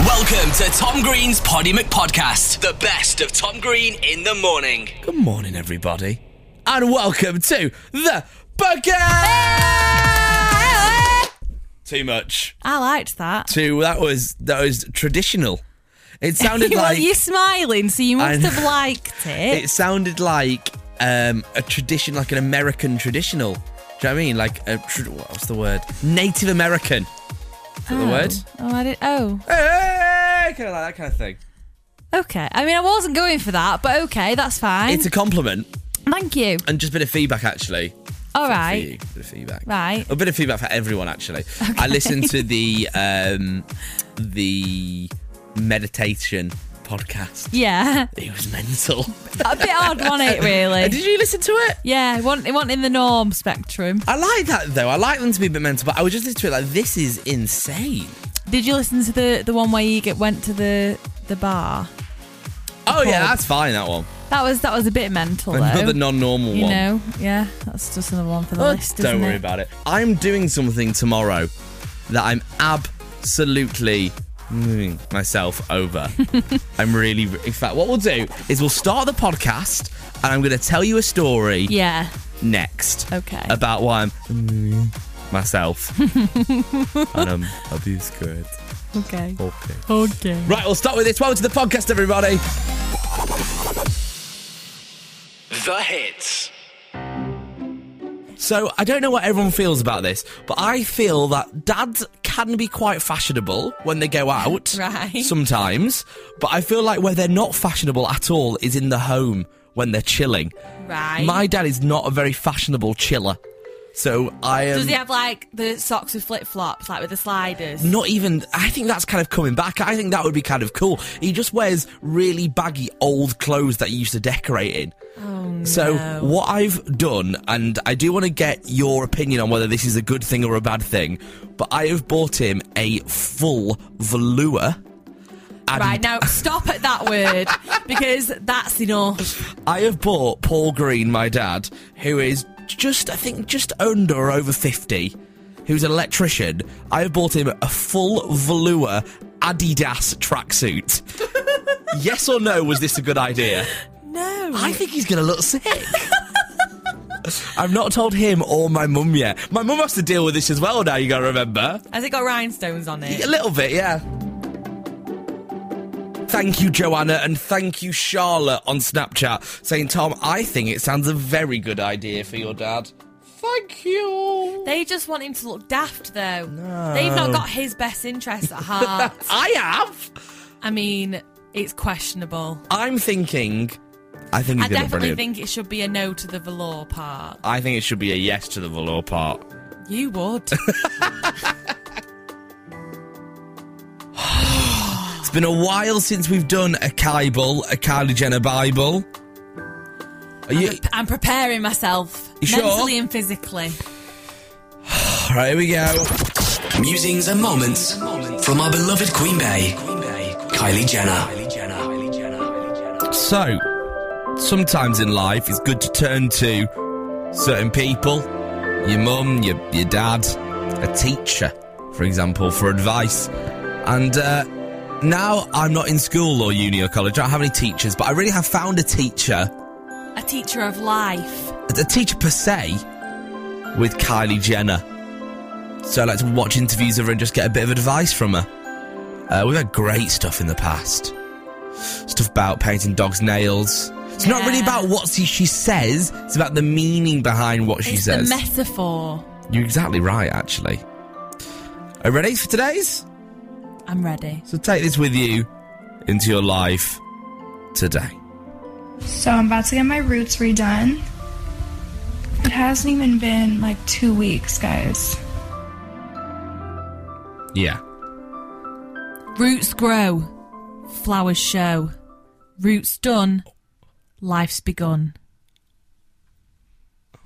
Welcome to Tom Green's Poddy McPodcast, the best of Tom Green in the morning. Good morning, everybody, and welcome to the podcast. Too much. I liked that. Too. That was that was traditional. It sounded Well, like you're smiling, so you must I- have liked it. it sounded like um, a tradition, like an American traditional. Do you know what I mean? Like a tr- what's the word? Native American. Is that the word? Oh, I did, oh, Hey, kind of like that kind of thing. okay. I mean, I wasn't going for that, but okay, that's fine. It's a compliment Thank you. and just a bit of feedback actually. All for you. right. Bit of feedback. Right. A bit of feedback for everyone actually. I listened to the um the meditation podcast. Yeah. It was mental. A bit odd, wasn't it, really? Did you listen to it? Yeah, it wasn't, it wasn't in the norm spectrum. I like that though. I like them to be a bit mental, but I was just listening to it like this is insane. Did you listen to the, the one where you get, went to the, the bar? Oh yeah, Bob. that's fine. That one. That was that was a bit mental, though. Another non-normal you one. know, yeah, that's just another one for the Oh, list. don't isn't worry it? about it. I'm doing something tomorrow that I'm absolutely moving myself over. I'm really. In fact, what we'll do is we'll start the podcast, and I'm going to tell you a story Yeah, next. Okay. About why I'm moving myself, and I'm abuse good. okay. Okay. Okay. Right, we'll start with this. Welcome to the podcast, everybody. The hits. So I don't know what everyone feels about this, but I feel that dads can be quite fashionable when they go out. Right. Sometimes. But I feel like where they're not fashionable at all is in the home when they're chilling. Right. My dad is not a very fashionable chiller. So I am Does he have like the socks with flip flops, like with the sliders? not even I think that's kind of coming back. I think that would be kind of cool. He just wears really baggy old clothes that he used to decorate in. So no. what I've done, and I do want to get your opinion on whether this is a good thing or a bad thing, but I have bought him a full velour. And Right now, stop at that word because that's enough. I have bought Paul Green, my dad, who is just, I think, just under or over 50, who's an electrician. I have bought him a full velour Adidas tracksuit. yes or no, was this a good idea? No. I think he's going to look sick. I've not told him or my mum yet. My mum has to deal with this as well now, you got to remember. Has it got rhinestones on A it? little bit, yeah. Thank you, Joanna, and thank you, Charlotte, on Snapchat, saying, Tom, I think it sounds a very good idea for your dad. Thank you. They just want him to look daft, though. They've not got his best interests at heart. I have. I mean, it's questionable. I'm thinking. I think I he's going to definitely brilliant. think it should be a no to the velour part. I think it should be a yes to the velour part. You would. It's been a while since we've done a Kybal, a Kylie Jenner Bible. Are you, I'm, I'm preparing myself You sure? mentally and physically. all right, here we go. Musings and moments from our beloved Queen Bay, Kylie Jenner. So, sometimes in life, it's good to turn to certain people your mum, your, your dad, a teacher, for example, for advice. And uh, now I'm not in school or uni or college, I don't have any teachers, but I really have found a teacher, A teacher of life. a teacher per se, with Kylie Jenner. So I like to watch interviews of her and just get a bit of advice from her. Uh, we've had great stuff in the past. Stuff about painting dogs' nails. It's not really Yeah. about what she, she says, it's about the meaning behind what she it's says. the metaphor. You're exactly right, actually. Are you ready for today's? I'm ready. So take this with you into your life today. So I'm about to get my roots redone. It hasn't even been like two weeks, guys. Yeah. Roots grow, flowers show. Roots done, life's begun. Oh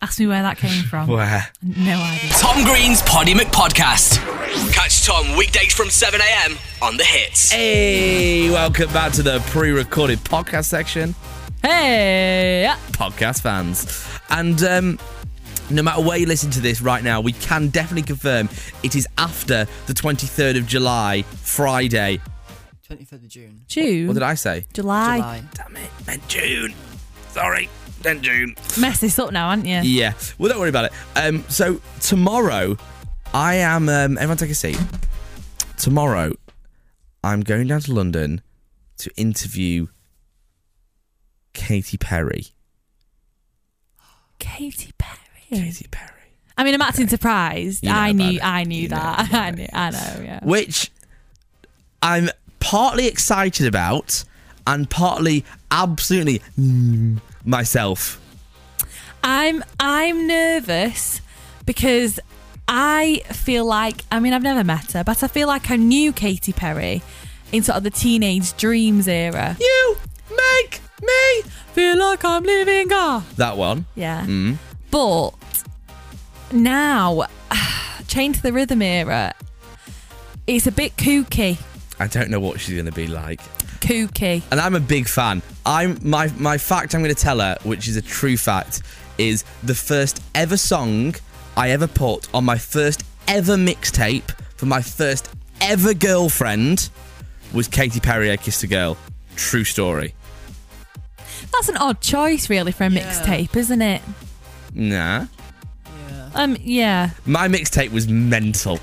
Ask me where that came from. Where? No idea. Tom Green's Poddy McPodcast. Catch Tom weekdays from 7am on the hits. Hey, welcome back to the pre recorded podcast section. Hey! ah. yeah. podcast fans. And um, no matter where you listen to this right now, we can definitely confirm it is after the 23rd of July, Friday. 23rd of June. June. What did I say? July. July. Damn it, meant June. Sorry, meant June. Mess this up now, aren't you? Yeah. Well, don't worry about it. Um, so tomorrow, I am. Um, everyone, take a seat. Tomorrow, I'm going down to London to interview Katy Perry. Katy Perry. Katy Perry. I mean, I'm acting surprised. You know I about knew, it. I knew You know that. about I it. knew, I know. Yeah. which I'm partly excited about and partly absolutely mm, myself. I'm, I'm nervous because I feel like, I mean, I've never met her, but I feel like I knew Katy Perry in sort of the teenage dreams era. You make me Feel like I'm living off. that one. Yeah. But now, Chain to the Rhythm era, it's a bit kooky. I don't know what she's gonna be like, Kooky. and I'm a big fan. I'm my my fact I'm gonna tell her, which is a true fact, is the first ever song I ever put on my first ever mixtape for my first ever girlfriend was Katy Perry. I kissed a girl. True story. That's an odd choice, really, for a mixtape, isn't it? Nah. Yeah. Um, yeah. My mixtape was mental.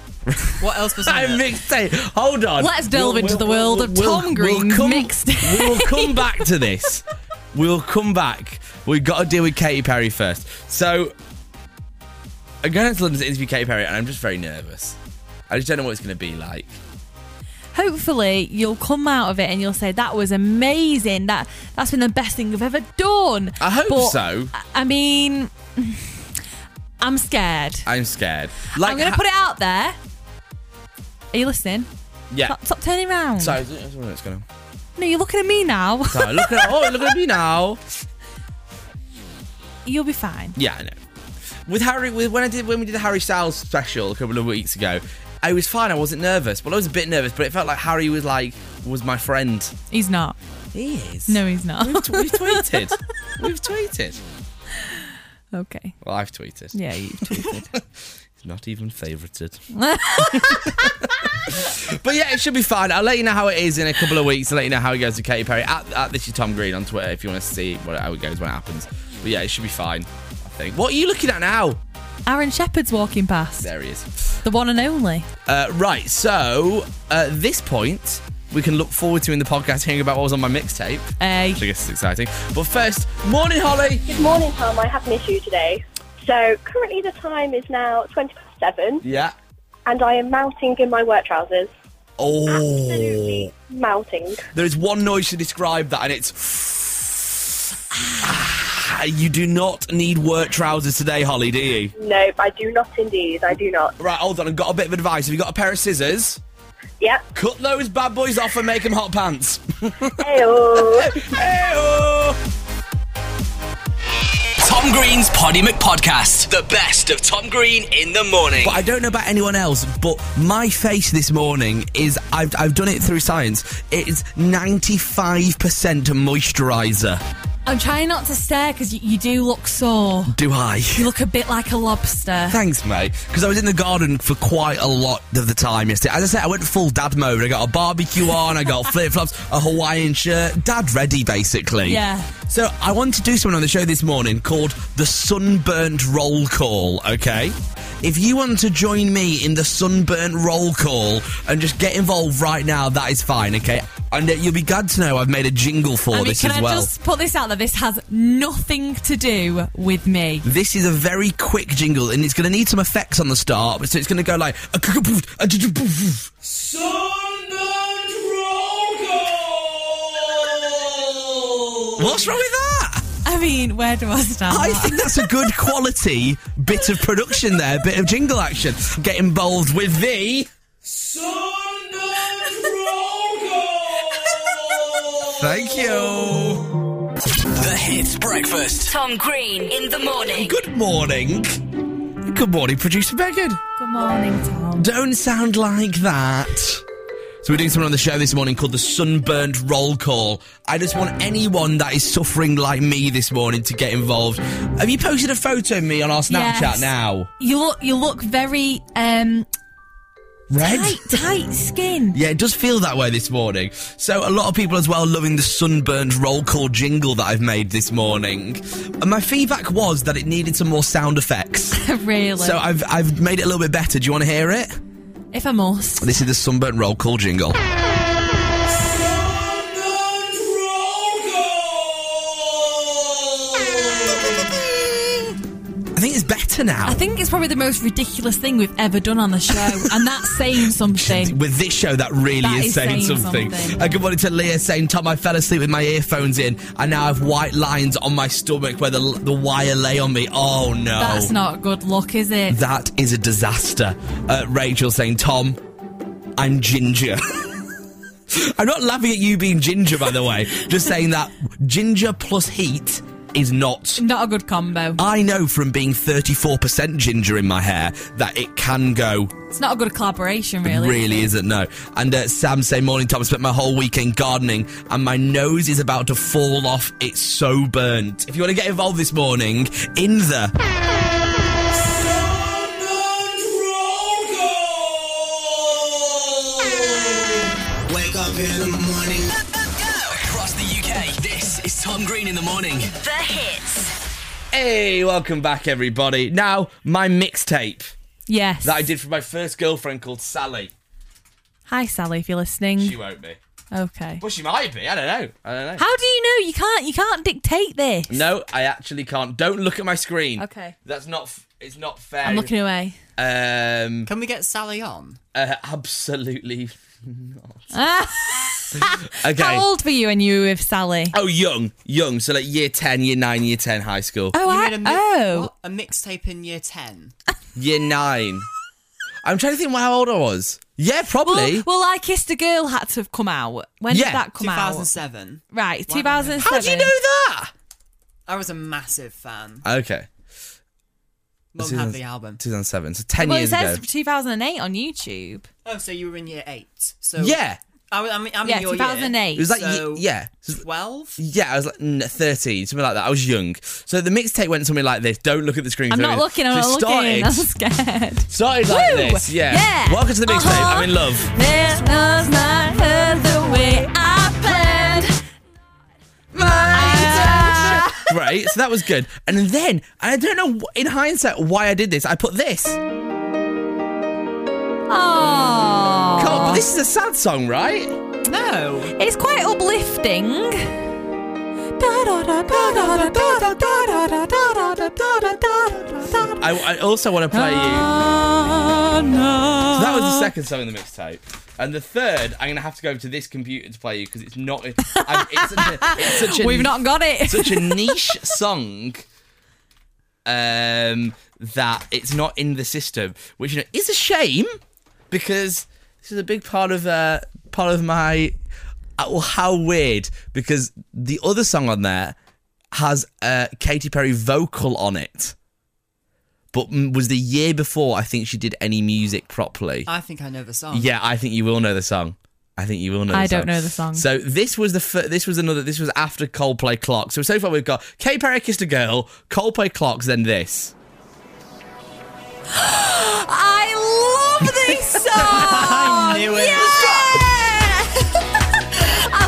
What else was My on it? mixtape. Hold on. Let's delve into the world of Tom Green's mixtape. We'll come back to this. We'll come back. We've got to deal with Katy Perry first. So, I'm going to London to interview Katy Perry, and I'm just very nervous. I just don't know what it's going to be like. Hopefully, you'll come out of it and you'll say that was amazing. That that's been the best thing I've ever done. I hope But, so. I- I mean, I'm scared. I'm scared. Like, I'm gonna ha- put it out there. Are you listening? Yeah. Stop, stop turning around. Sorry, I don't know what's going on. No, you're looking at me now. Sorry, look at oh, look at me now. You'll be fine. Yeah, I know. With Harry, with when I did when we did the Harry Styles special a couple of weeks ago, I was fine. I wasn't nervous. Well, I was a bit nervous, but it felt like Harry was like was my friend. He's not. He is. No, he's not. We've, t- we've tweeted. We've tweeted. okay. Well, I've tweeted. Yeah, you tweeted. Not even favourited. but yeah, it should be fine. I'll let you know how it is in a couple of weeks. I'll let you know how it goes with Katy Perry. At, at this is Tom Green on Twitter if you want to see what, how it goes when it happens. But yeah, it should be fine. I think. What are you looking at now? Aaron Shepherd's walking past. There he is. The one and only. Uh, right, so at this point, we can look forward to in the podcast hearing about what was on my mixtape. which Hey. I guess is exciting. But first, morning, Holly. Good morning, Tom. I have an issue today. So currently the time is now 20 past seven, Yeah. and I am mounting in my work trousers. Oh, Absolutely mounting. there is one noise to describe that, and it's. Ah, You do not need work trousers today, Holly, do you? Nope, I do not indeed. I do not. Right, hold on. I've got a bit of advice. Have you got a pair of scissors? Yep. Cut those bad boys off and make them hot pants. Hey-oh. Hey-oh! Tom Green's Poddy McPodcast. The best of Tom Green in the morning. But I don't know about anyone else, but my face this morning is I've, I've done it through science. It is 95% moisturizer. I'm trying not to stare because you, you do look sore. Do I? You look a bit like a lobster. Thanks, mate. Because I was in the garden for quite a lot of the time yesterday. As I said, I went full dad mode. I got a barbecue on, I got flip flops, a Hawaiian shirt, dad ready, basically. Yeah. So I want to do something on the show this morning called the Sunburnt Roll Call, okay? If you want to join me in the Sunburnt Roll Call and just get involved right now, that is fine, okay? And uh, you'll be glad to know I've made a jingle for I mean, this can as I well. just put this out there? This has nothing to do with me. This is a very quick jingle, and it's going to need some effects on the start. So it's going to go like a kukapoof, a jujupoof. What's wrong with that? I mean, where do I start? I think that's a good quality bit of production there, bit of jingle action. Get involved with the. Thank you. the Hits Breakfast. Tom Green in the morning. Good morning. Good morning, producer Megan. Good morning, Tom. Don't sound like that. It's So we're doing something on the show this morning called the Sunburned Roll Call. I just want anyone that is suffering like me this morning to get involved. Have you posted a photo of me on our Snapchat Yes. now? You look you look very um Red? tight tight skin. Yeah, it does feel that way this morning. So a lot of people as well loving the sunburned roll call jingle that I've made this morning. And my feedback was that it needed some more sound effects. really. So I've I've made it a little bit better. Do you want to hear it? if I must. This is the sunburned roll call jingle. I think it's better now. I think it's probably the most ridiculous thing we've ever done on the show, and that's saying something. With this show, that really That is is saying, saying something. something. Uh, good morning to Leah saying, Tom, I fell asleep with my earphones in. I now have white lines on my stomach where the, the wire lay on me. Oh, no. That's not good luck, is it? That is a disaster. Uh, Rachel saying, Tom, I'm ginger. I'm not laughing at you being ginger, by the way. Just saying that ginger plus heat is not. Not a good combo. I know from being 34% ginger in my hair that it can go It's not a good collaboration, really. isn't, no. And uh, Sam say, morning, Tom. I spent my whole weekend gardening and my nose is about to fall off. It's so burnt. If you want to get involved this morning, in the... Across the UK, this is Tom Green in the morning. The hits. Hey, welcome back, everybody. Now, my mixtape Yes. that I did for my first girlfriend called Sally. Hi, Sally, if you're She listening. won't be. Okay. Well, she might be. I don't know. I don't know. How do you know? You can't. You can't dictate this. No, I actually can't. Don't look at my screen. Okay. That's not... F- it's not fair. I'm looking away. Um, Can we get Sally on? uh, absolutely. Ah, Okay. How old were you when you were with Sally? Oh, young, young. So like year ten, year nine, year ten, high school. Oh, You I, made a mi- oh. what? a mixtape in year ten. Year nine. I'm trying to think how old I was. Yeah, probably. Well, well, I kissed a girl had to have come out. When Yeah. did that come out? 2007. Right, Why not? 2007. how do you know that? I was a massive fan. Okay, Mum This is- had the album. 2007. So ten Well, it years says ago. 2008 on YouTube. Oh, so you were in year eight. So Yeah, I, was- I mean, I'm yeah, in your year. 2008. it was like So- ye- yeah. Twelve. Yeah, I was like n- 13, something like that. I was young. So the mixtape went something like this. Don't look at the screen. I'm for not a minute. looking. I'm So not it started, looking. I'm scared. Started like Woo! this. Yeah. Yeah. Welcome to the mixtape. Uh-huh. I'm in love. This was not the way I planned. right? So that was good. And then I don't know wh- in hindsight why I did this. I put this. Oh, Come on, but this is a sad song, right? No. it's quite uplifting. That I, I also want to play you. So that was the second song in the mixtape. And the third, I'm going to have to go to this computer to play you because it's not. It, I, it's, such a, it's such a. We've not got it. Such a niche song um, that it's not in the system, which you know, is a shame because this is a big part of uh, part of my. uh, Well, how weird! Because the other song on there has a Katy Perry vocal on it, but mm, was the year before I think she did any music properly. I think I know the song. Yeah, I think you will know the song. I think you will know. I the don't know the song. So this was the fir- this was another this was after Coldplay Clocks. So so far we've got K Perry kissed a girl, Coldplay Clocks, then this. I love this song. I knew it. Yeah. I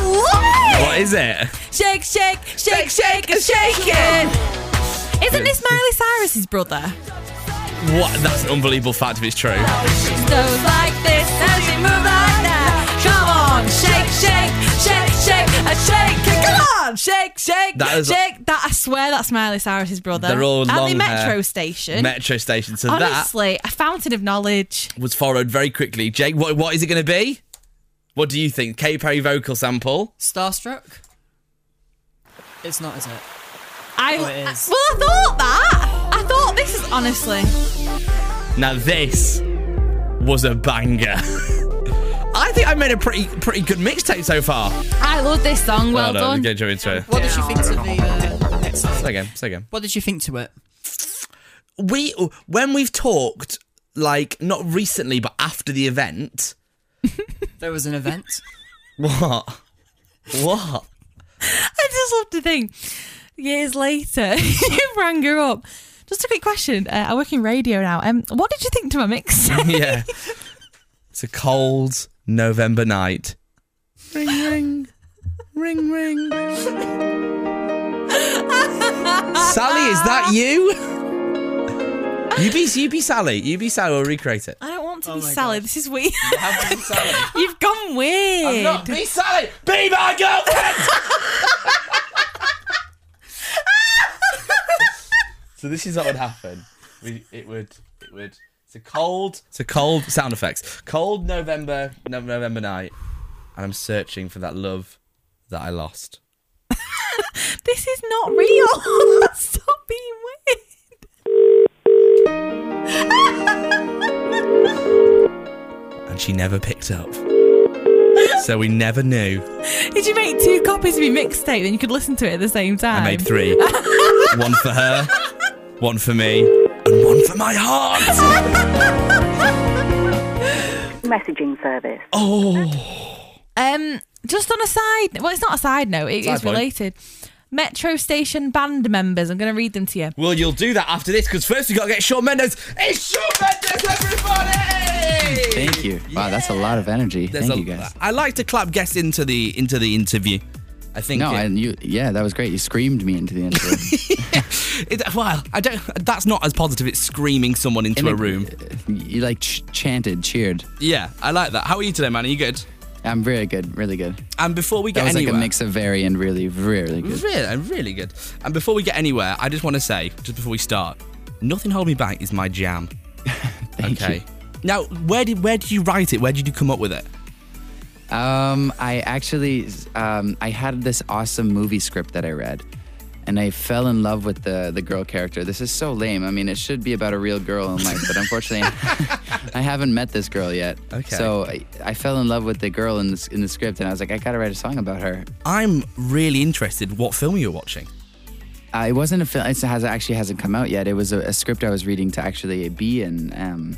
love it. What is it? Shake, shake, shake, shake, and shake it. Isn't this Miley Cyrus's brother? What? That's an unbelievable fact if it's true. Goes like this and she moves like that. Come on, shake, shake, shake, shake, and shake it. Come on, shake, shake, That is- shake. That I swear that's Miley Cyrus's brother. They're all at long the metro hair. station. Metro station. So Honestly, a fountain of knowledge. that was followed very quickly. Jake, what what is it going to be? What do you think? K Perry vocal sample. Starstruck. It's not, is it? I Oh, it is. well, I thought that. I thought this is honestly. Now this was a banger. I think I made a pretty pretty good mixtape so far. I love this song. Well oh, no, done. Get your intro. What did you think to the uh, next Say thing? again. Say again. What did you think to it? we when we've talked like not recently but after the event There was an event. What? What? I just love to think years later you rang her up. Just a quick question. Uh, I work in radio now. Um, what did you think to my mix? yeah. It's a cold November night. Ring, ring. Ring, ring. Sally, is that you? You be, you be Sally. You be Sally. We'll recreate it. I don't want to Oh be my Sally. God. This is weird. Have been Sally. You've gone weird. I'm not be Sally. Be my girlfriend. so this is what would happen. We, it would. It would. It's a cold. It's a cold sound effects. Cold November. No, November night, and I'm searching for that love that I lost. This is not real. Stop being weird. And she never picked up. So we never knew. Did you make two copies of your mixtape then you could listen to it at the same I time? made three. one for her, one for me, and one for my heart. Messaging service. Um, just on a side. Well, it's not a side note. It is Side point. related. Metro station band members. I'm going to read them to you. Well, you'll do that after this because first we got to get Shawn Mendes. It's Shawn Mendes, everybody! Thank you. Wow, that's a lot of energy. There's Thank a- you guys. I like to clap guests into the into the interview. I think. No, it- and you, yeah, that was great. You screamed me into the interview. it- well, I don't. That's not as positive. It's screaming someone into And a it- room. you like ch- chanted, cheered. Yeah, I like that. How are you today, man? Are you good? I'm really good, really good. And before we That get was anywhere, like a mix of very and really, really good. Really, I'm really good. And before we get anywhere, I just want to say, just before we start, nothing hold me back is my jam. Thank you. okay. Now, where did where did you write it? Where did you come up with it? Um, I actually, um, I had this awesome movie script that I read, and I fell in love with the the girl character. This is so lame. I mean, it should be about a real girl in life, but unfortunately, I haven't met this girl yet. Okay. So I, I fell in love with the girl in the in the script, and I was like, I gotta write a song about her. I'm really interested what film you're watching. Uh, it wasn't a film. It has actually hasn't come out yet. It was a, a script I was reading to actually be in, um,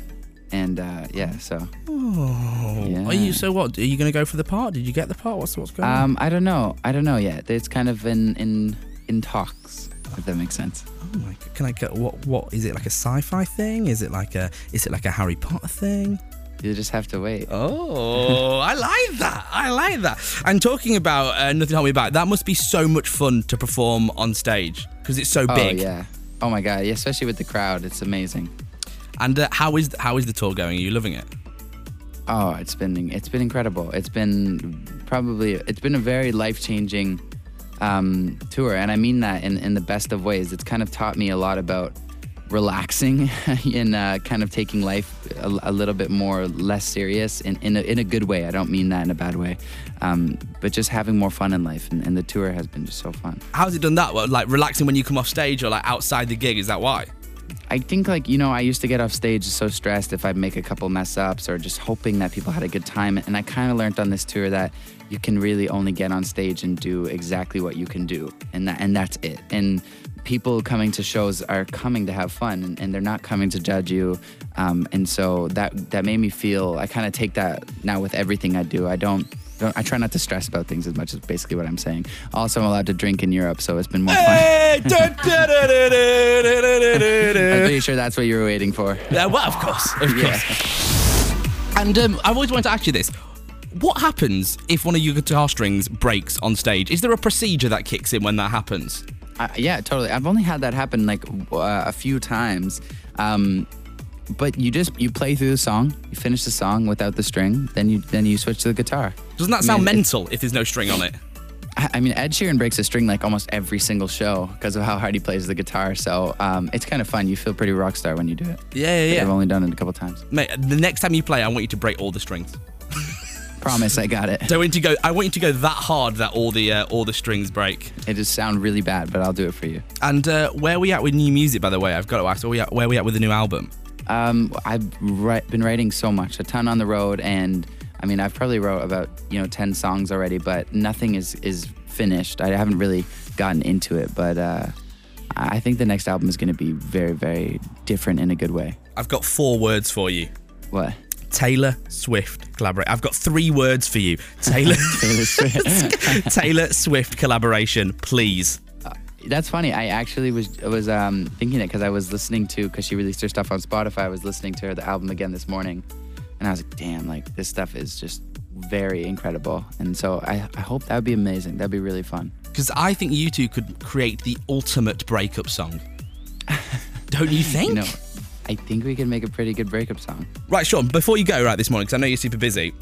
and uh, yeah. So Are you so what? Are you going to go for the part? Did you get the part? What's what's going on? um, I don't know. I don't know yet. It's kind of in in in talks. If that makes sense. Oh my God. Can I get what what is it like a sci-fi thing? Is it like a is it like a Harry Potter thing? You just have to wait. Oh, I like that. I like that. And talking about uh, Nothing Hold Me Back, that must be so much fun to perform on stage because it's so big. Oh yeah. Oh my god, yeah, especially with the crowd, it's amazing. And uh, how is how is the tour going? Are you loving it? Oh, it's been it's been incredible. It's been probably it's been a very life changing um, tour, and I mean that in in the best of ways. It's kind of taught me a lot about relaxing and uh, kind of taking life a, a little bit more less serious in in a, in a good way. I don't mean that in a bad way, um, but just having more fun in life, and, and the tour has been just so fun. How's it done that? Well, like relaxing when you come off stage or like outside the gig? Is that why? I think like you know I used to get off stage so stressed if I make a couple mess ups or just hoping that people had a good time and I kind of learned on this tour that you can really only get on stage and do exactly what you can do and that and that's it and people coming to shows are coming to have fun and, and they're not coming to judge you um, and so that that made me feel I kind of take that now with everything I do I don't don't, I try not to stress about things as much as basically what I'm saying. Also, I'm allowed to drink in Europe, so it's been more fun. Hey, da- da- da- da- da- da- da- da- da- I'm pretty sure that's what you were waiting for. Yeah, Uh, well, of course, of course. And um, I've always wanted to ask you this: What happens if one of your guitar strings breaks on stage? Is there a procedure that kicks in when that happens? Uh, yeah, totally. I've only had that happen like w- uh, a few times. Um, but you just you play through the song, you finish the song without the string, then you then you switch to the guitar. Doesn't that sound I mean, mental if there's no string on it? I I mean, Ed Sheeran breaks a string like almost every single show because of how hard he plays the guitar. So um, it's kind of fun. You feel pretty rock star when you do it. Yeah, yeah, yeah. I've only done it a couple times. Mate, the next time you play, I want you to break all the strings. Promise, I got it. So I want you to go. I want you to go that hard that all the uh, all the strings break. It just sound really bad, but I'll do it for you. And uh, where we at with new music, by the way? I've got to ask. Where we at, where we at with the new album? Um, I've ri- been writing so much, a ton on the road, and I mean, I've probably wrote about you know ten songs already, but nothing is is finished. I haven't really gotten into it, but uh, I I think the next album is going to be very, very different in a good way. I've got four words for you: What? Taylor Swift collaborate. I've got three words for you. Taylor Taylor Swift. Taylor Swift collaboration, please. That's funny. I actually was was um, thinking it because I was listening to because she released her stuff on Spotify. I was listening to her the album again this morning, and I was like, "Damn! Like this stuff is just very incredible." And so I, I hope that would be amazing. That'd be really fun. Because I think you two could create the ultimate breakup song. Don't you think? You know, I think we could make a pretty good breakup song. Right, Sean, before you go right this morning, because I know you're super busy,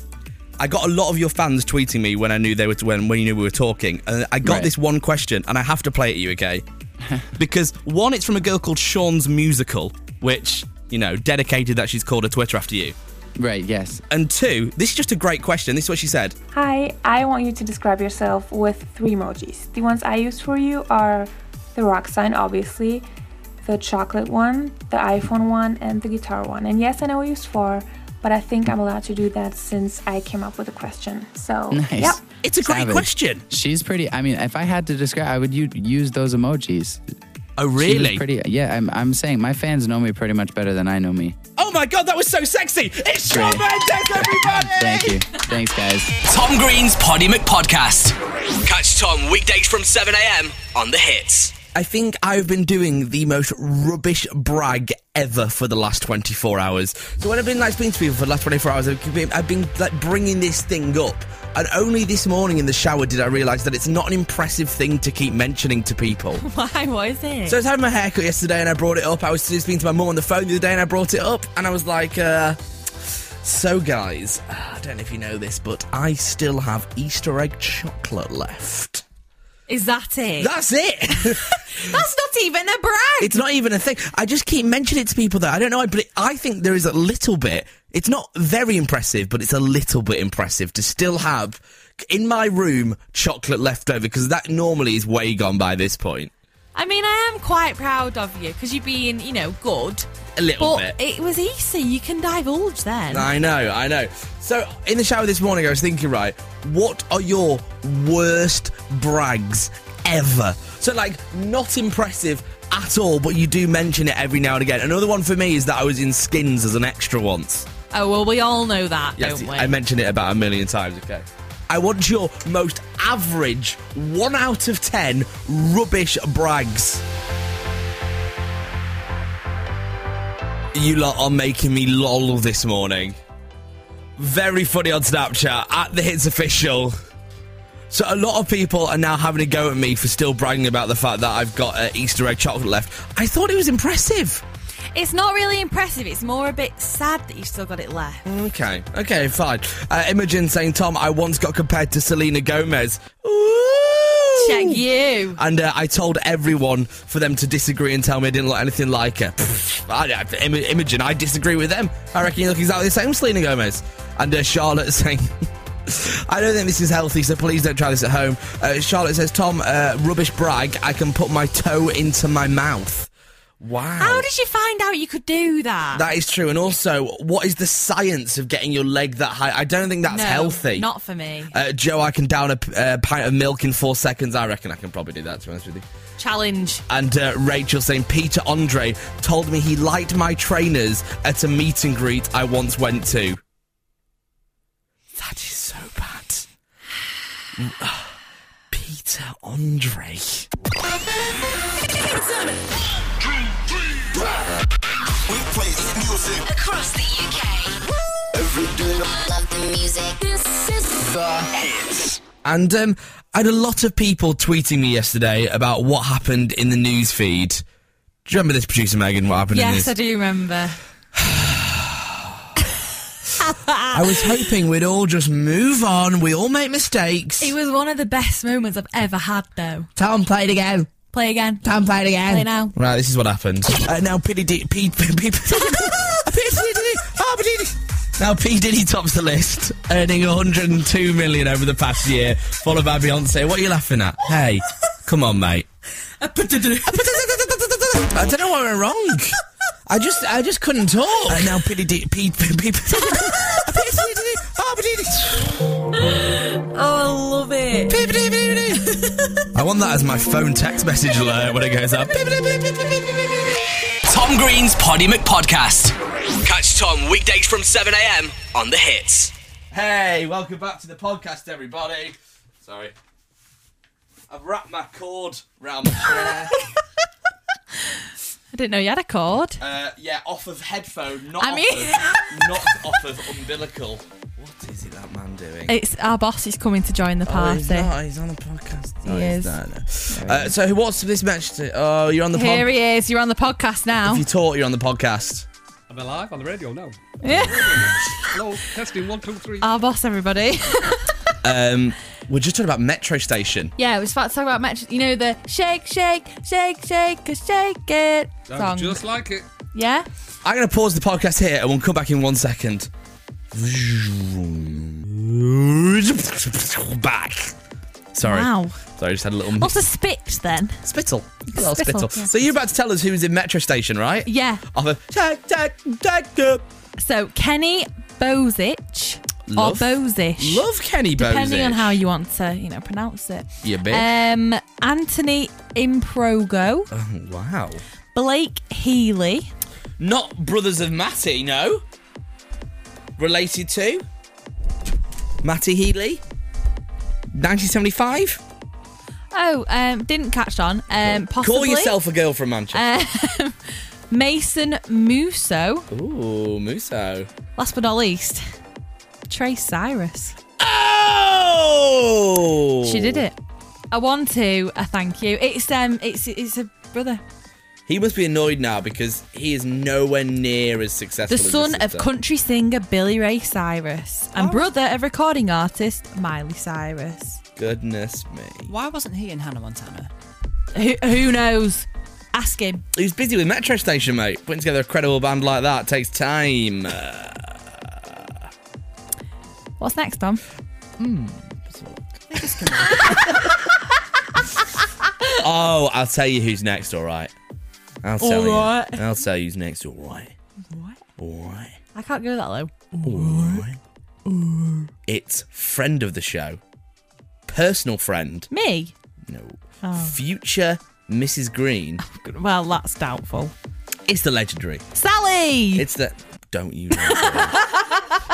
I got a lot of your fans tweeting me when I knew they were when when you knew we were talking, and I got Right. this one question, and I have to play it at you, okay? because one, it's from a girl called Sean's Musical, which you know, dedicated that she's called a Twitter after you. Right? Yes. And two, this is just a great question. This is what she said. Hi, I want you to describe yourself with three emojis. The ones I used for you are the rock sign, obviously, the chocolate one, the iPhone one, and the guitar one. And yes, I know I used four, but I think I'm allowed to do that since I came up with the question. So, Nice. yeah. It's a great Savage. question. She's pretty. I mean, if I had to describe, I would u- use those emojis. Oh, She was pretty. Yeah, I'm, I'm saying my fans know me pretty much better than I know me. oh my god, that was so sexy! It's Sean Great. Mendes, everybody! Thank you. Thanks, guys. Tom Green's Poddy McPodcast. Catch Tom weekdays from 7am on the hits. I think I've been doing the most rubbish brag ever for the last 24 hours. So when I've been like speaking to people for the last 24 hours, I've been, I've been like bringing this thing up. And only this morning in the shower did I realise that it's not an impressive thing to keep mentioning to people. Why? What is it? So I was having my haircut yesterday and I brought it up. I was speaking to my mum on the phone the other day and I brought it up and I was like, uh, so guys, uh, I don't know if you know this, but I still have Easter egg chocolate left. is that it? That's it. That's not even a brag. It's not even a thing. I just keep mentioning it to people though. I don't know, but it, I think there is a little bit. It's not very impressive, but it's a little bit impressive to still have in my room chocolate left over because that normally is way gone by this point. I mean, I am quite proud of you because you're being, you know, good. A little but bit. it was easy. You can divulge then. I know, I know. So in the shower this morning, I was thinking, right, what are your worst brags ever? So like, not impressive at all, but you do mention it every now and again. Another one for me is that I was in Skins as an extra once. Oh well, we all know that, Yes, don't we? I mentioned it about a million times. Okay. I want your most average one out of ten rubbish brags. You lot are making me lol this morning. Very funny on Snapchat at the Hits Official. So a lot of people are now having a go at me for still bragging about the fact that I've got uh, Easter egg chocolate left. I thought it was impressive. it's not really impressive. It's more a bit sad that you've still got it left. Okay, okay, fine. Uh, Imogen saying, Tom, I once got compared to Selena Gomez. Ooh! Check you. And uh, I told everyone for them to disagree and tell me I didn't look anything like her. Pfft, I, I, Im- Imogen, I disagree with them. I reckon you look exactly the same, Selena Gomez. And uh, Charlotte saying, I don't think this is healthy, so please don't try this at home. Uh, Charlotte says, Tom, uh, rubbish brag, I can put my toe into my mouth. Wow. How did you find out you could do that? That is true. And also, what is the science of getting your leg that high? I don't think that's No, healthy. Not for me. Uh, Joe, I can down a p- uh, pint of milk in four seconds. I reckon I can probably do that, to be honest with you. Challenge. And uh, Rachel saying, Peter Andre told me he liked my trainers at a meet and greet I once went to. That is so bad. Peter Andre. We play hit music. Across the UK. Love the music. This is And um, I had a lot of people tweeting me yesterday about what happened in the news feed. Do you remember this, producer Megan? What happened in Yes, this? I do remember. I was hoping we'd all just move on. We all make mistakes. It was one of the best moments I've ever had, though. Tom played again. Play again. Tom played again. Play now. Right, this is what happened. Uh, now P Diddy, P, P, P, P, P, Diddy, oh, P Diddy. Now P Diddy tops the list, earning 102 million over the past year, followed by Beyonce. What are you laughing at? Hey, come on, mate. I don't know what went wrong. I just, I just couldn't talk. Uh, now P Diddy, P, P, P, P, P Diddy, oh, P Diddy. Oh, I love it. I want that as my phone text message alert when it goes up. Tom Green's Poddy McPodcast. Catch Tom weekdays from 7am on the hits. Hey, welcome back to the podcast, everybody. Sorry. I've wrapped my cord round my chair. I didn't know you had a cord. uh, yeah, off of headphone, not, I off, mean- of, not off of umbilical. What is it that man doing? It's our boss is coming to join the Oh, party. he's not, he's on the podcast. He No, he's is. not, no. Uh, so, what's this match to? Oh, you're on the Here podcast. he is. You're on the podcast now. If you taught, you're on the podcast. Am I live on the radio now? Yeah. Hello, testing one, two, three. Our boss, everybody. Um, we're just talking about Metro Station. yeah, it was about to talk about matches. You know the shake, shake, shake, shake, 'cause shake it song. Just like it. yeah. I'm going to pause the podcast here and we'll come back in one second. Back. Sorry. Wow. Sorry, I just had a little. Also spit then. Spittle. a little Spittle, spittle. yeah. So you're about to tell us who was in Metro Station, right? Yeah. Off of So Kenny Bozich Love. or Bozish. Love Kenny Depending on Bozich. how you want to, you know, pronounce it. You bitch. Um Anthony Improgo. Oh, wow. Blake Healy. Not brothers of Matty, no. Related to Matty Healy, 1975. Oh, um, didn't catch on. Um possibly Call yourself a girl from Manchester. um, Mason Musso. Ooh, Muso. Last but not least, Trey Cyrus. Oh! She did it. I want to. A thank you. It's um, it's it's a brother, He must be annoyed now because he is nowhere near as successful. the son as his of sister. country singer Billy Ray Cyrus Oh. and brother of recording artist Miley Cyrus. Goodness me. Why wasn't he in Hannah Montana? Who, who knows? Ask him. He was busy with Metro Station, mate. Putting together a credible band like that takes time. Uh, What's next, Tom? oh, I'll tell you who's next. All right. I'll tell you. Alright. I'll tell you who's next. All right. All right. I can't go that low. It's friend of the show, personal friend, Me? No. Oh. future Mrs. Green. Well, that's doubtful. It's the legendary. Sally. It's the. Don't you? dare.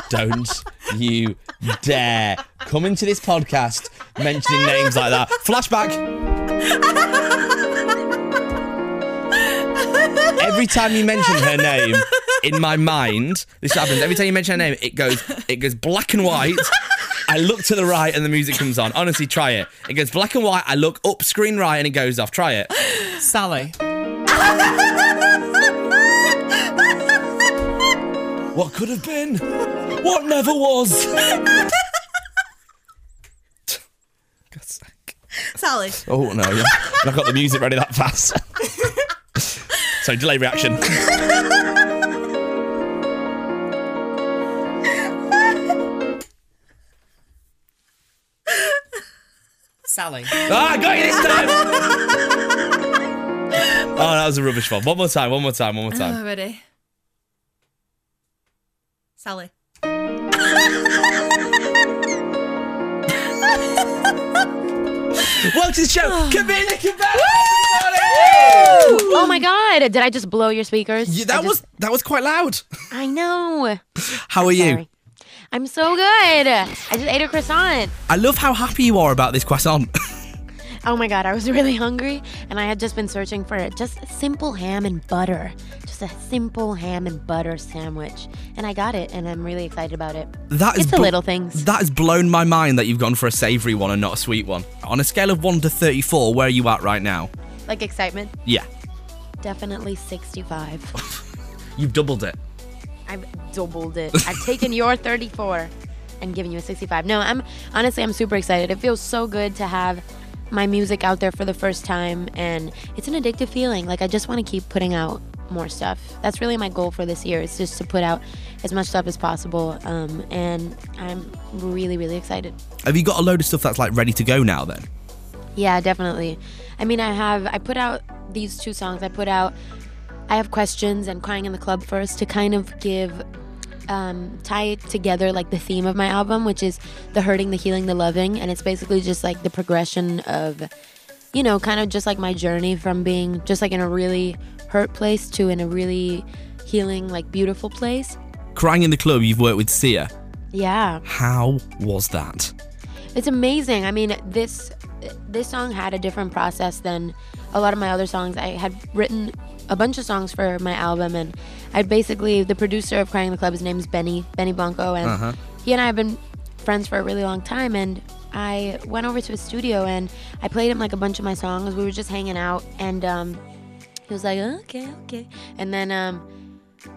Don't you dare come into this podcast mentioning names like that. Flashback. Every time you mention her name in my mind, this happens. Every time you mention her name, it goes it goes black and white. I look to the right and the music comes on. Honestly, try it. It goes black and white. I look up, screen right, and it goes off. Try it. Sally. What could have been? What never was? Sally. Oh no! Yeah. And I've got the music ready that fast. so delay reaction. Sally. Ah, I got you this time. Oh, that was a rubbish one. One more time. One more time. One more time. Oh, ready. Sally. Welcome to the show, Camilla Cabello. Oh my god! Did I just blow your speakers? Yeah, that was that was quite loud. I know. How are you? I'm so good. I just ate a croissant. I love how happy you are about this croissant. Oh my god! I was really hungry, and I had just been searching for just simple ham and butter, just a simple ham and butter sandwich, and I got it, and I'm really excited about it. That is it's the bl- little things. That has blown my mind that you've gone for a savoury one and not a sweet one. On a scale of one to thirty-four, where are you at right now? Like excitement, Yeah, definitely 65. you've doubled it. I've doubled it. I've taken your 34 and given you a 65. No, I'm honestly I'm super excited. It feels so good to have my music out there for the first time and it's an addictive feeling. Like I just want to keep putting out more stuff. That's really my goal for this year. It's just to put out as much stuff as possible um, and I'm really really excited. Have you got a load of stuff that's like ready to go now? Then. Yeah, definitely. I mean, I have I put out these two songs. I put out I have questions and crying in the club first to kind of give um, tie it together like the theme of my album, which is the hurting, the healing, the loving, and it's basically just like the progression of you know, kind of just like my journey from being just like in a really hurt place to in a really healing, like beautiful place. Crying in the Club, you've worked with Sia. Yeah. How was that? It's amazing. I mean, this this song had a different process than a lot of my other songs. I had written a bunch of songs for my album, and I'd basically the producer of Crying in the Club. His name's Benny Benny Blanco, and Uh-huh. he and I have been friends for a really long time. And I went over to his studio and I played him like a bunch of my songs. We were just hanging out, and um, he was like, "Okay, okay," and then. Um,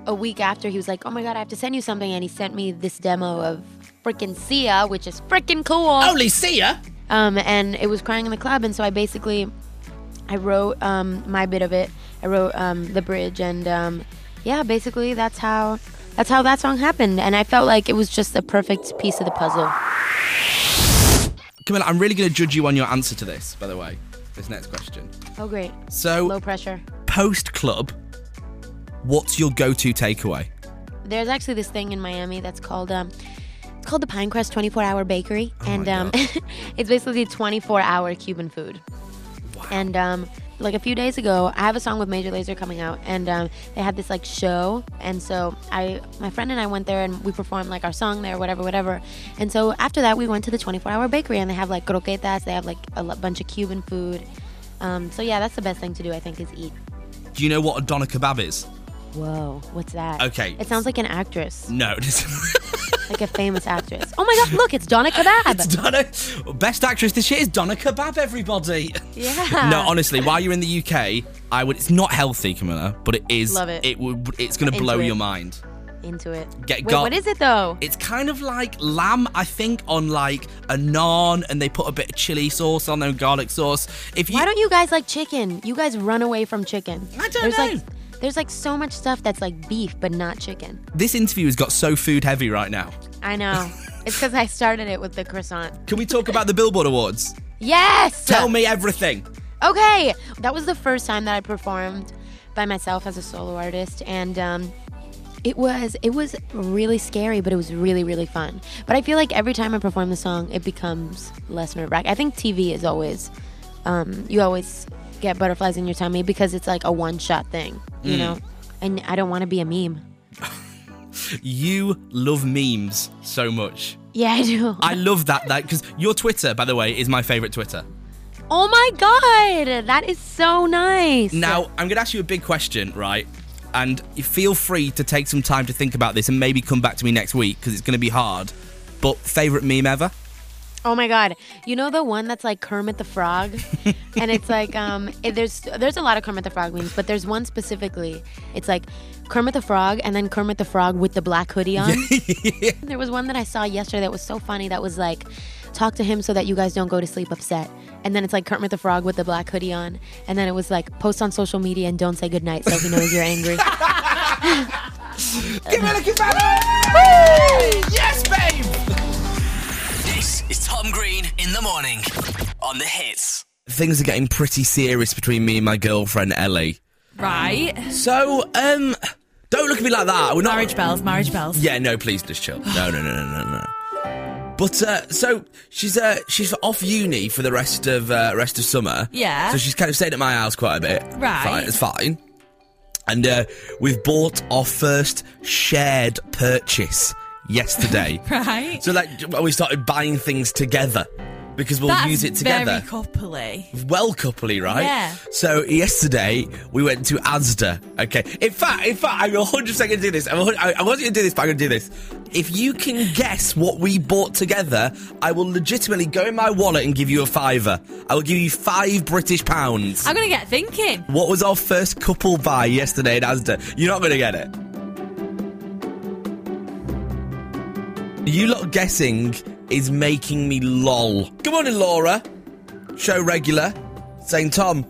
a week after, he was like, "Oh my god, I have to send you something," and he sent me this demo of freaking Sia, which is freaking cool. Only Sia? Um, and it was crying in the club, and so I basically, I wrote um, my bit of it. I wrote um, the bridge, and um, yeah, basically that's how that's how that song happened. And I felt like it was just the perfect piece of the puzzle. Camilla, I'm really going to judge you on your answer to this, by the way, this next question. Oh great! So- low pressure. Post club, what's your go to takeaway? There's actually this thing in Miami that's called um, it's called the Pinecrest 24 Hour Bakery, Oh and um, it's basically 24 hour Cuban food. And um, like a few days ago, I have a song with Major Lazer coming out, and um, they had this like show, and so I, my friend and I went there, and we performed like our song there, whatever, whatever. And so after that, we went to the 24 Hour Bakery, and they have like croquetas, they have like a lo- bunch of Cuban food. Um, so yeah, that's the best thing to do, I think, is eat. Do you know what a doner kebab is? Whoa, what's that? Okay. It sounds like an actress, No. like a famous actress. Oh my God! Look, it's Donna Kebab. It's Donna. Best actress this year is Donna Kebab, everybody. Yeah. No, honestly, while you're in the UK, I would. It's not healthy, Camilla, but it is. Love it. It would. It's going to Into blow it. your mind. Into it. Get Wait, got- what is it though? It's kind of like lamb, I think, on like a naan, and they put a bit of chili sauce on there, garlic sauce. If you Why don't you guys like chicken? You guys run away from chicken. I don't there's like there's like so much stuff that's like beef but not chicken. This interview has got so food heavy right now. I know. it's because I started it with the croissant. Can we talk about the Billboard Awards? Yes. Tell me everything. Okay. That was the first time that I performed by myself as a solo artist, and um, it was it was really scary, but it was really really fun. But I feel like every time I perform the song, it becomes less nerve wracking. I think TV is always um, you always get butterflies in your tummy because it's like a one shot thing, you Mm. know. And I don't want to be a meme. You love memes so much. Yeah, I do. I love that that because your Twitter, by the way, is my favorite Twitter. Oh my god, that is so nice. Now, I'm going to ask you a big question, right? And you feel free to take some time to think about this and maybe come back to me next week because it's going to be hard. But favorite meme ever? Oh my god! You know the one that's like Kermit the Frog, and it's like um, it, there's there's a lot of Kermit the Frog memes, but there's one specifically. It's like Kermit the Frog, and then Kermit the Frog with the black hoodie on. There was one that I saw yesterday that was so funny. That was like, talk to him so that you guys don't go to sleep upset. And then it's like Kermit the Frog with the black hoodie on, and then it was like post on social media and don't say goodnight so he knows you're angry. Yes, babe! This is Tom Green in the morning on the hits. Things are getting pretty serious between me and my girlfriend Ellie. Right. So, um, don't look at me like that. We're Oh, not marriage bells. Marriage bells. Yeah, no, please just chill. No, no, no, no, no, no. But uh, so she's uh, she's off uni for the rest of uh, rest of summer. Yeah. So she's kind of staying at my house quite a bit. Right. Fine, it's fine. And uh, we've bought our first shared purchase yesterday. Right. So like we started buying things together because we'll That's use it together. Very coupley. well coupley, right? Yeah. So yesterday we went to Asda. Okay. In fact, in fact, I'm 100 percent gonna do this. I'm 100 I I wasn't gonna do this, but I'm gonna do this. If you can guess what we bought together, I will legitimately go in my wallet and give you a fiver. I will give you five British pounds. I'm gonna get thinking. What was our first couple buy yesterday at Asda? You're not going to get it. You lot guessing is making me lol. Good morning, Laura. Show regular. Saying, Tom,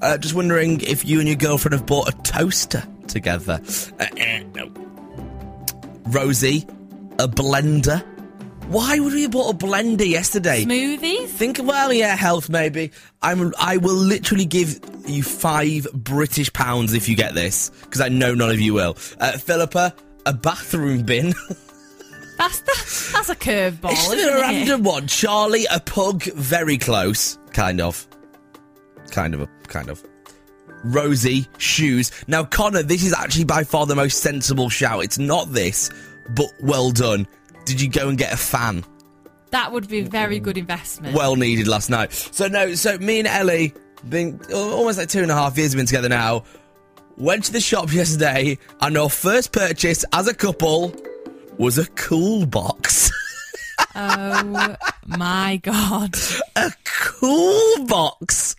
uh, just wondering if you and your girlfriend have bought a toaster together. Uh, eh, no. Rosie, a blender. Why would we have bought a blender yesterday? Smoothies? Think, well, yeah, health maybe. I'm, I will literally give you five British pounds if you get this, because I know none of you will. Uh, Philippa, a bathroom bin. That's the, that's a curveball. It's Oh, isn't a it? random one. Charlie, a pug, very close, kind of, kind of, kind of. Rosie, shoes. Now, Connor, this is actually by far the most sensible shout. It's not this, but well done. Did you go and get a fan? That would be a very good investment. Well needed last night. So no, so me and Ellie been almost like two and a half years we've been together now. Went to the shop yesterday, and our first purchase as a couple was a cool box. oh my god. A cool box.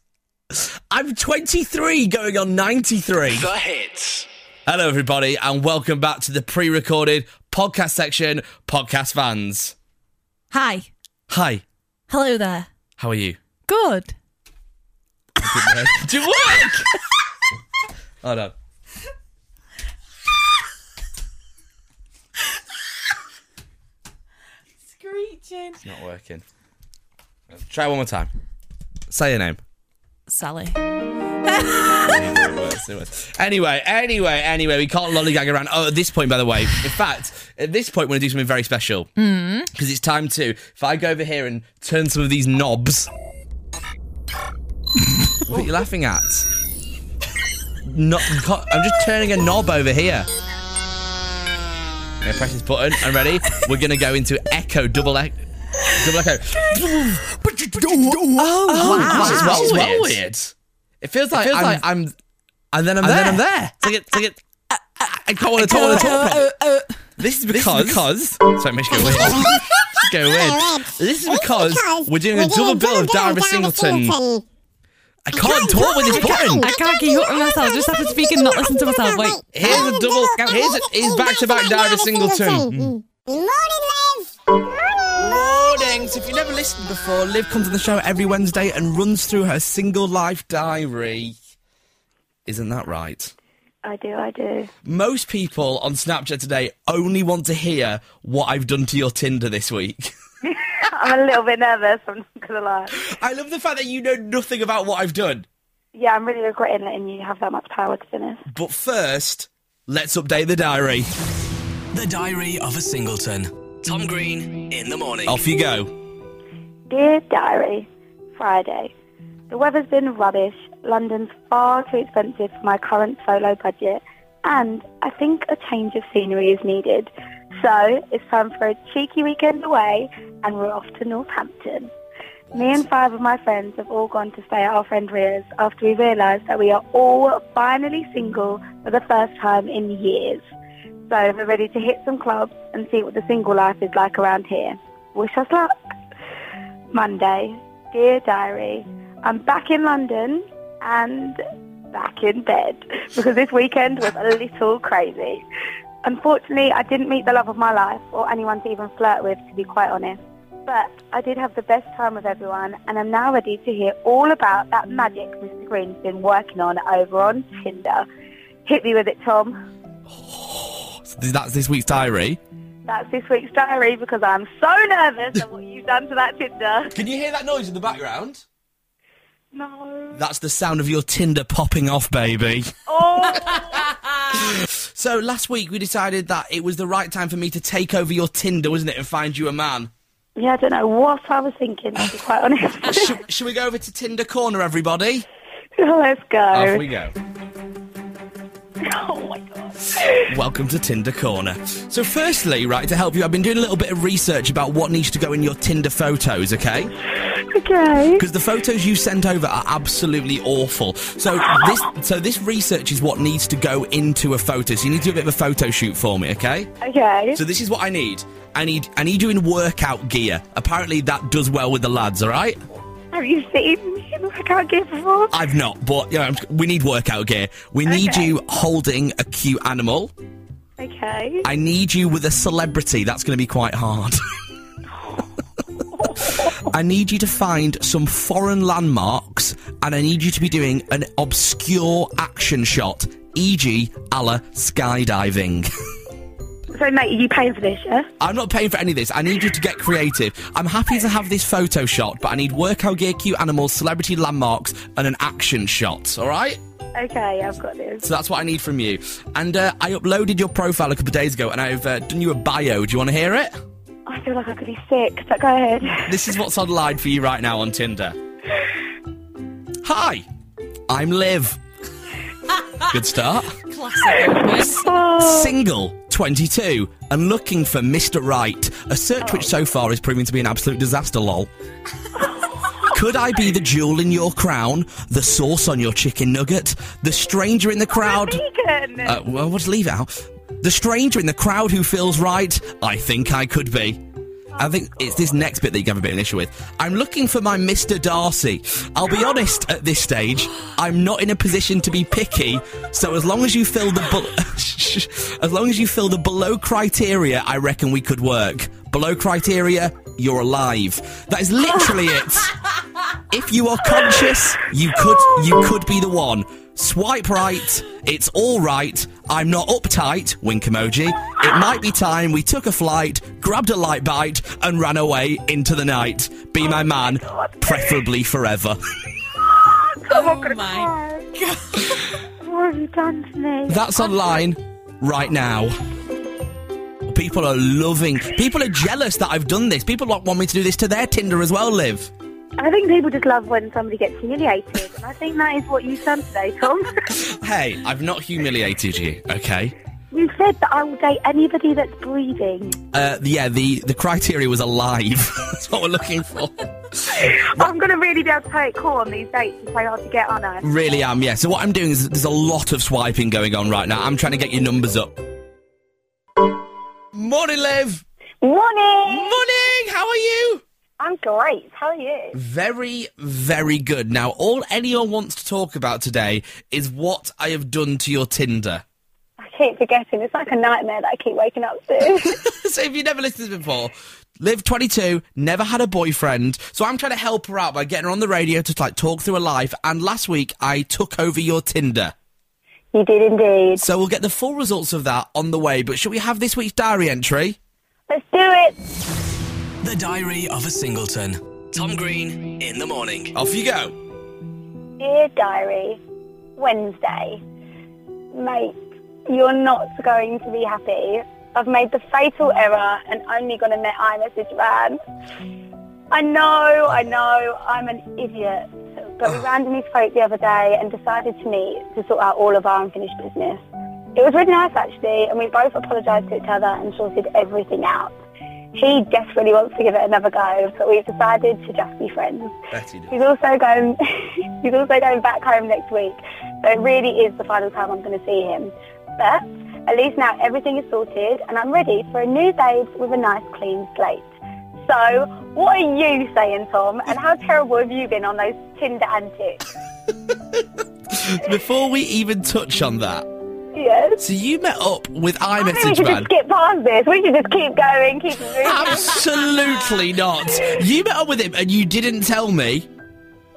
I'm 23 going on 93. The hits. Hello, everybody, and welcome back to the pre recorded podcast section, Podcast Fans. Hi. Hi, Hello there. how are you? Good. Do you work? Hold on. Screeching. It's not working. Try one more time. Say your name. Sally. It works, it works. Anyway, anyway, anyway, we can't lollygag around. Oh, at this point, by the way, in fact, at this point, we're going to do something very special. Mm. Because it's time to, if I go over here and turn some of these knobs. what are you laughing at? No, you can't- I'm just turning a knob over here. I'm going to press this button. I'm ready. We're going to go into echo, double echo. Double echo. Oh, wow. This is well This is weird. well It feels like, It feels I'm, like I'm- and then I'm And there. then I'm there. Take it, take it. I can't want to talk. I can't wanna talk properly. This is because. Sorry, make sure you go weird. go weird. This is because we're doing a double bill of Dara Singleton. I can't talk with this button. I can't keep up with myself. I just have to speak and not listen to myself. Wait. Here's a double. Here's a, he's back to back Dara Singleton. Morning, Liv. Mornings. If you've never listened before, Liv comes on the show every Wednesday and runs through her single life diary. Isn't that right? I do, I do. Most people on Snapchat today only want to hear what I've done to your Tinder this week. I'm a little bit nervous, I'm not going to lie. I love the fact that you know nothing about what I've done. Yeah, I'm really regretting letting you have that much power, to be honest. But first, let's update the diary. The Diary of a Singleton. Tom Green in the morning. Off you go. Dear Diary, Friday. The weather's been rubbish. London's far too expensive for my current solo budget. And I think a change of scenery is needed. So it's time for a cheeky weekend away and we're off to Northampton. Me and five of my friends have all gone to stay at our friend Ria's after we realised that we are all finally single for the first time in years. So we're ready to hit some clubs and see what the single life is like around here. Wish us luck. Monday, dear diary, I'm back in London and back in bed because this weekend was a little crazy. Unfortunately, I didn't meet the love of my life or anyone to even flirt with, to be quite honest. But I did have the best time with everyone and I'm now ready to hear all about that magic Mr. Green's been working on over on Tinder. Hit me with it, Tom. So th- That's this week's diary. That's this week's diary because I'm so nervous at what you've done to that Tinder. Can you hear that noise in the background? No. That's the sound of your Tinder popping off, baby. Oh! so last week we decided that it was the right time for me to take over your Tinder, wasn't it, and find you a man. Yeah, I don't know what I was thinking, to be quite honest. should, should we go over to Tinder Corner, everybody? Let's go. Off we go. Oh my god. Welcome to Tinder Corner. So, firstly, right, to help you, I've been doing a little bit of research about what needs to go in your Tinder photos, okay? Okay. Because the photos you sent over are absolutely awful. So this, so this research is what needs to go into a photo. So you need to do a bit of a photo shoot for me, okay? Okay. So this is what I need. I need, I need you in workout gear. Apparently, that does well with the lads. All right? Have you seen me in workout gear before? I've not, but you know, I'm- we need workout gear. We need Okay. you holding a cute animal. Okay. I need you with a celebrity. That's going to be quite hard. I need you to find some foreign landmarks and I need you to be doing an obscure action shot, e.g., a la skydiving. So, mate, are you paying for this, yeah? I'm not paying for any of this. I need you to get creative. I'm happy to have this photo shot, but I need workout gear, cute animals, celebrity landmarks, and an action shot, all right? Okay, I've got this. So that's what I need from you. And uh, I uploaded your profile a couple of days ago and I've uh, done you a bio. Do you want to hear it? I feel like I could be sick, but go ahead. This is what's online for you right now on Tinder. Hi, I'm Liv. Good start. Classic. Single, 2022 and looking for Mr. Right, a search which so far is proving to be an absolute disaster, lol. Could I be the jewel in your crown, the sauce on your chicken nugget, the stranger in the crowd? Uh, well, let's leave it out. The stranger in the crowd who feels right, I think I could be. I think it's this next bit that you have a bit of an issue with. I'm looking for my Mr. Darcy. I'll be honest at this stage, I'm not in a position to be picky, so as long as you fill the bel- as long as you fill the below criteria, I reckon we could work. Below criteria, you're alive. That is literally it. If you are conscious, you could you could be the one. Swipe right. It's all right. I'm not uptight. Wink emoji. It might be time we took a flight, grabbed a light bite, and ran away into the night. Be my man, preferably forever. oh my god. what have you done to me? That's online right now. People are loving. People are jealous that I've done this. People like, want me to do this to their Tinder as well. Liv. I think people just love when somebody gets humiliated, and I think that is what you've done today, Tom. Hey, I've not humiliated you. Okay. you said that I will date anybody that's breathing. Uh, yeah, the, the criteria was alive. That's what we're looking for. I'm going to really be able to take call on these dates. It's so hard to get on us. Really am, yeah. So what I'm doing is there's a lot of swiping going on right now. I'm trying to get your numbers up. Morning, Liv. Morning. Morning. How are you? I'm great. How are you? Very, very good. Now, all anyone wants to talk about today is what I have done to your Tinder. I keep forgetting. It's like a nightmare that I keep waking up to. so if you never listened to this before, Liv 22, never had a boyfriend. So I'm trying to help her out by getting her on the radio to like talk through her life. And last week I took over your Tinder. You did indeed. So we'll get the full results of that on the way. But should we have this week's diary entry? Let's do it. The Diary of a Singleton. Tom Green in the morning. Off you go. Dear diary, Wednesday. Mate, you're not going to be happy. I've made the fatal error and only gone in their iMessage van. I know, I know, I'm an idiot. But we randomly spoke the other day and decided to meet to sort out all of our unfinished business. It was really nice actually, and we both apologised to each other and sorted everything out. He desperately wants to give it another go, but we've decided to just be friends. Betty does. He's also going. he's also going back home next week. So it really is the final time I'm going to see him. But at least now everything is sorted, and I'm ready for a new date with a nice clean slate. So what are you saying, Tom? And how terrible have you been on those Tinder antics? Before we even touch on that, Yes. so you met up with I think we iMessage should Man. just skip past this. We should just keep going, keep moving. Absolutely not. You met up with him and you didn't tell me.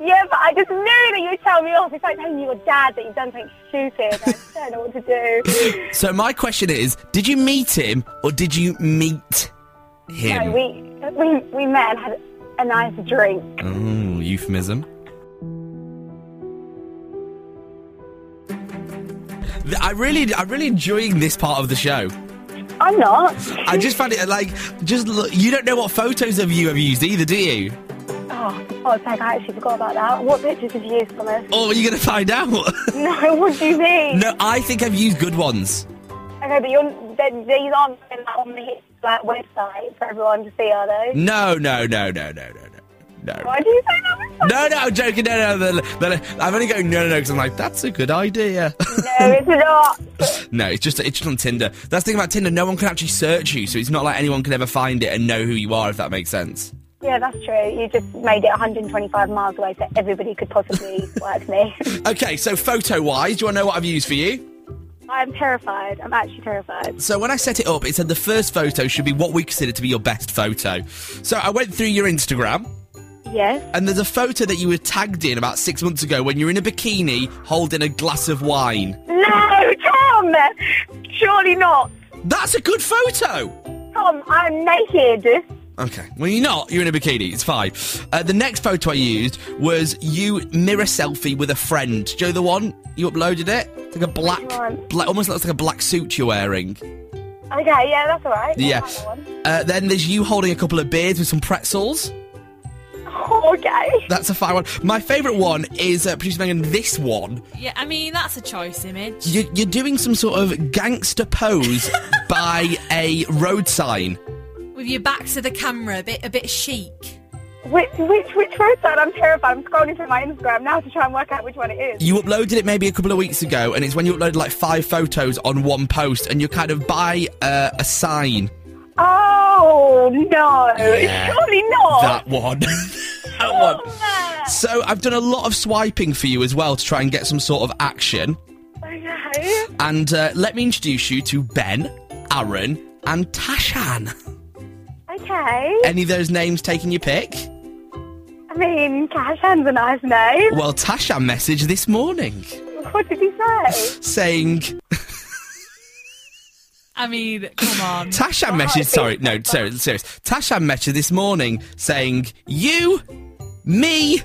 Yeah, but I just knew that you'd tell me off. It's like telling your dad that you've done something stupid. I just don't know what to do. So my question is, did you meet him or did you meet No, him? we, we, we met and had a nice drink. Oh, euphemism. Th- I really, I'm really enjoying this part of the show. I'm not. I just found it like, just look, you don't know what photos of you have used either, do you? Oh, for God's sake, I actually forgot about that. What pictures have you used from us? Or are you going to find out? No, what do you mean? no, I think I've used good ones. Okay, but you're, th- these aren't on the like, website for everyone to see, are they? No, no, no, no, no, no, no, no. Why do you say that? No, no, I'm joking. No, no, no, no, no. I'm only going no, no, no, because I'm like, that's a good idea. No, it's not. no, it's just it's just on Tinder. That's the thing about Tinder. No one can actually search you, so it's not like anyone can ever find it and know who you are. If that makes sense. Yeah, that's true. You just made it 125 miles away so everybody could possibly work me. Okay, so photo wise, do you want to know what I've used for you? I'm terrified. I'm actually terrified. So when I set it up, it said the first photo should be what we consider to be your best photo. So I went through your Instagram. Yes. And there's a photo that you were tagged in about six months ago when you're in a bikini holding a glass of wine. No, Tom! Surely not. That's a good photo. Tom, I'm naked. Okay. Well, you're not. You're in a bikini. It's fine. Uh, the next photo I used was you mirror selfie with a friend. Do you know the one you uploaded it? It's like a black, Right. black almost looks like a black suit you're wearing. Okay, yeah, that's all right. Yeah. That's fine, that one. Uh, then there's you holding a couple of beers with some pretzels. Okay. That's a fire one. My favourite one is uh, producer Megan. This one, Yeah, I mean that's a choice image. you, you're doing some sort of gangster pose by a road sign. With your back to the camera, a bit a bit chic. Which which which road sign? I'm terrified. I'm scrolling through my Instagram now to try and work out which one it is. You uploaded it maybe a couple of weeks ago, and it's when you uploaded like five photos on one post, and you're kind of by uh, a sign. Oh no! Yeah. Surely not. That one. Oh. that one. So I've done a lot of swiping for you as well to try and get some sort of action. Okay. And uh, let me introduce you to Ben, Aaron, and Tashan. Okay. Any of those names taking your pick? I mean, Cash Hand's a nice name. Well, Tashan messaged this morning What did he say? saying, I mean, come on. Tashan messaged, sorry, no, serious, serious. Tashan messaged this morning saying, you, me,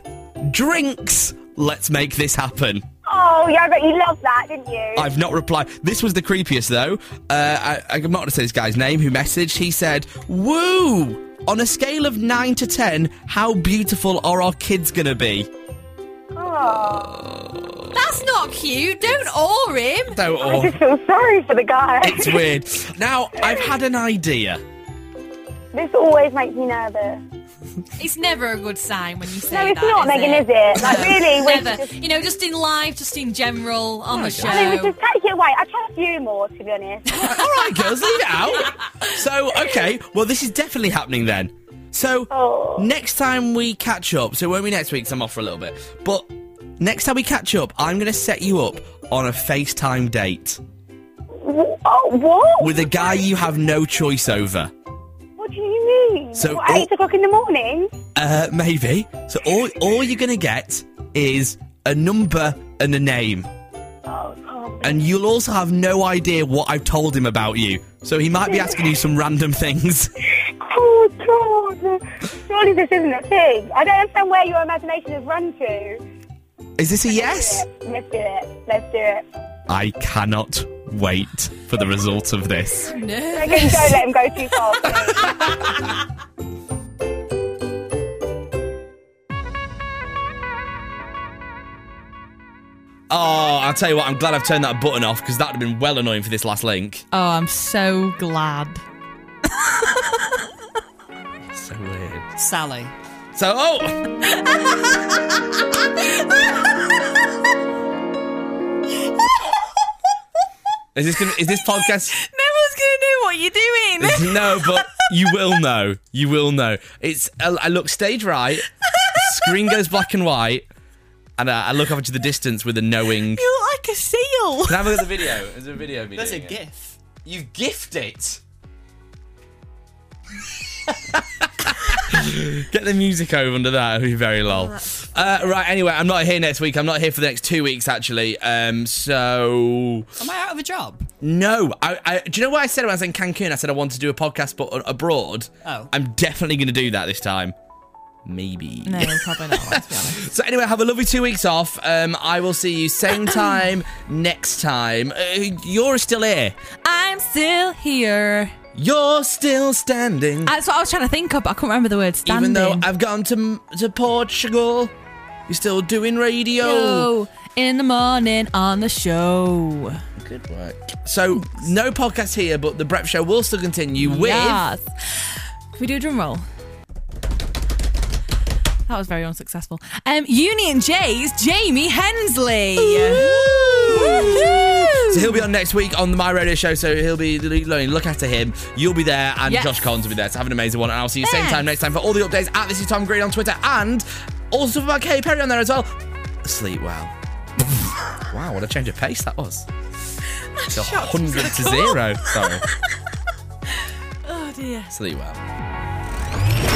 drinks, let's make this happen. Oh yeah, I bet you loved that, didn't you? I've not replied. This was the creepiest though. Uh, I, I'm not going to say this guy's name who messaged. He said, "Woo! On a scale of nine to ten, how beautiful are our kids going to be?" Oh. That's not cute. Don't awe him. Don't awe. I just feel sorry for the guy. It's weird. Now I've had an idea. This always makes me nervous. It's never a good sign when you say No, it's that, not, is Megan, it? is it? Like, No, really, we never. You know, just in life, just in general, on the show. I mean, we just take it away. I trust you more, to be honest. All right, girls, leave it out. So okay, well this is definitely happening then. So Oh, next time we catch up, so it won't be next week 'cause I'm off for a little bit. But next time we catch up, I'm going to set you up on a FaceTime date oh, what? with a guy you have no choice over. What do you mean? So- oh. What, at eight o'clock in the morning? Uh, maybe. So all all you're gonna get is a number and a name, Oh, God. and you'll also have no idea what I've told him about you. So he might be asking you some random things. Oh, God. Surely this isn't a thing. I don't understand where your imagination has run to. Is this a yes? Let's do it. Let's do it. I cannot wait for the result of this. Megan, don't let him go too far. Oh, I'll tell you what. I'm glad I've turned that button off because that would have been well annoying for this last link. Oh, I'm so glad. So weird. Sally. So oh, is this gonna, is this podcast? No one's gonna know what you're doing. no, but you will know. You will know. It's I I look stage right, screen goes black and white, and I, I look off into the distance with a knowing. you look like a seal. Can I have a look at the video? Is there a video of me That's a doing it? gif. You gift it. Get the music over under that. It'll be very lol. Uh, right. Anyway, I'm not here next week. I'm not here for the next two weeks, actually. Um. So. Am I out of a job? No, I, I. Do you know what I said when I was in Cancun? I said I wanted to do a podcast, but a- abroad. Oh. I'm definitely going to do that this time. Maybe. No, probably not. So anyway, have a lovely two weeks off. Um, I will see you same time next time. Uh, you're still here. I'm still here. Uh, You're still standing. That's what I was trying to think of, but I couldn't remember the word standing. Even though I've gone to to Portugal, you're still doing radio. Yo, in the morning on the show. Good work. So no podcast here, but the Brep Show will still continue with. Yes. Can we do a drum roll? That was very unsuccessful. Um, Union J's Jamie Hensley. Woohoo! So he'll be on next week on the My Radio Show. So he'll be look after him. You'll be there, and Yes. Josh Collins will be there. So have an amazing one, and I'll see you same Thanks. time next time for all the updates. At this is Tom Green on Twitter, and also for Katy Perry on there as well. Sleep well. wow, what a change of pace that was. It's a hundred to zero. Sorry. Oh dear. Sleep well.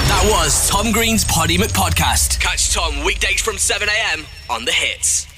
That was Tom Green's Poddy McPodcast. Catch Tom weekdays from 7am on The Hits.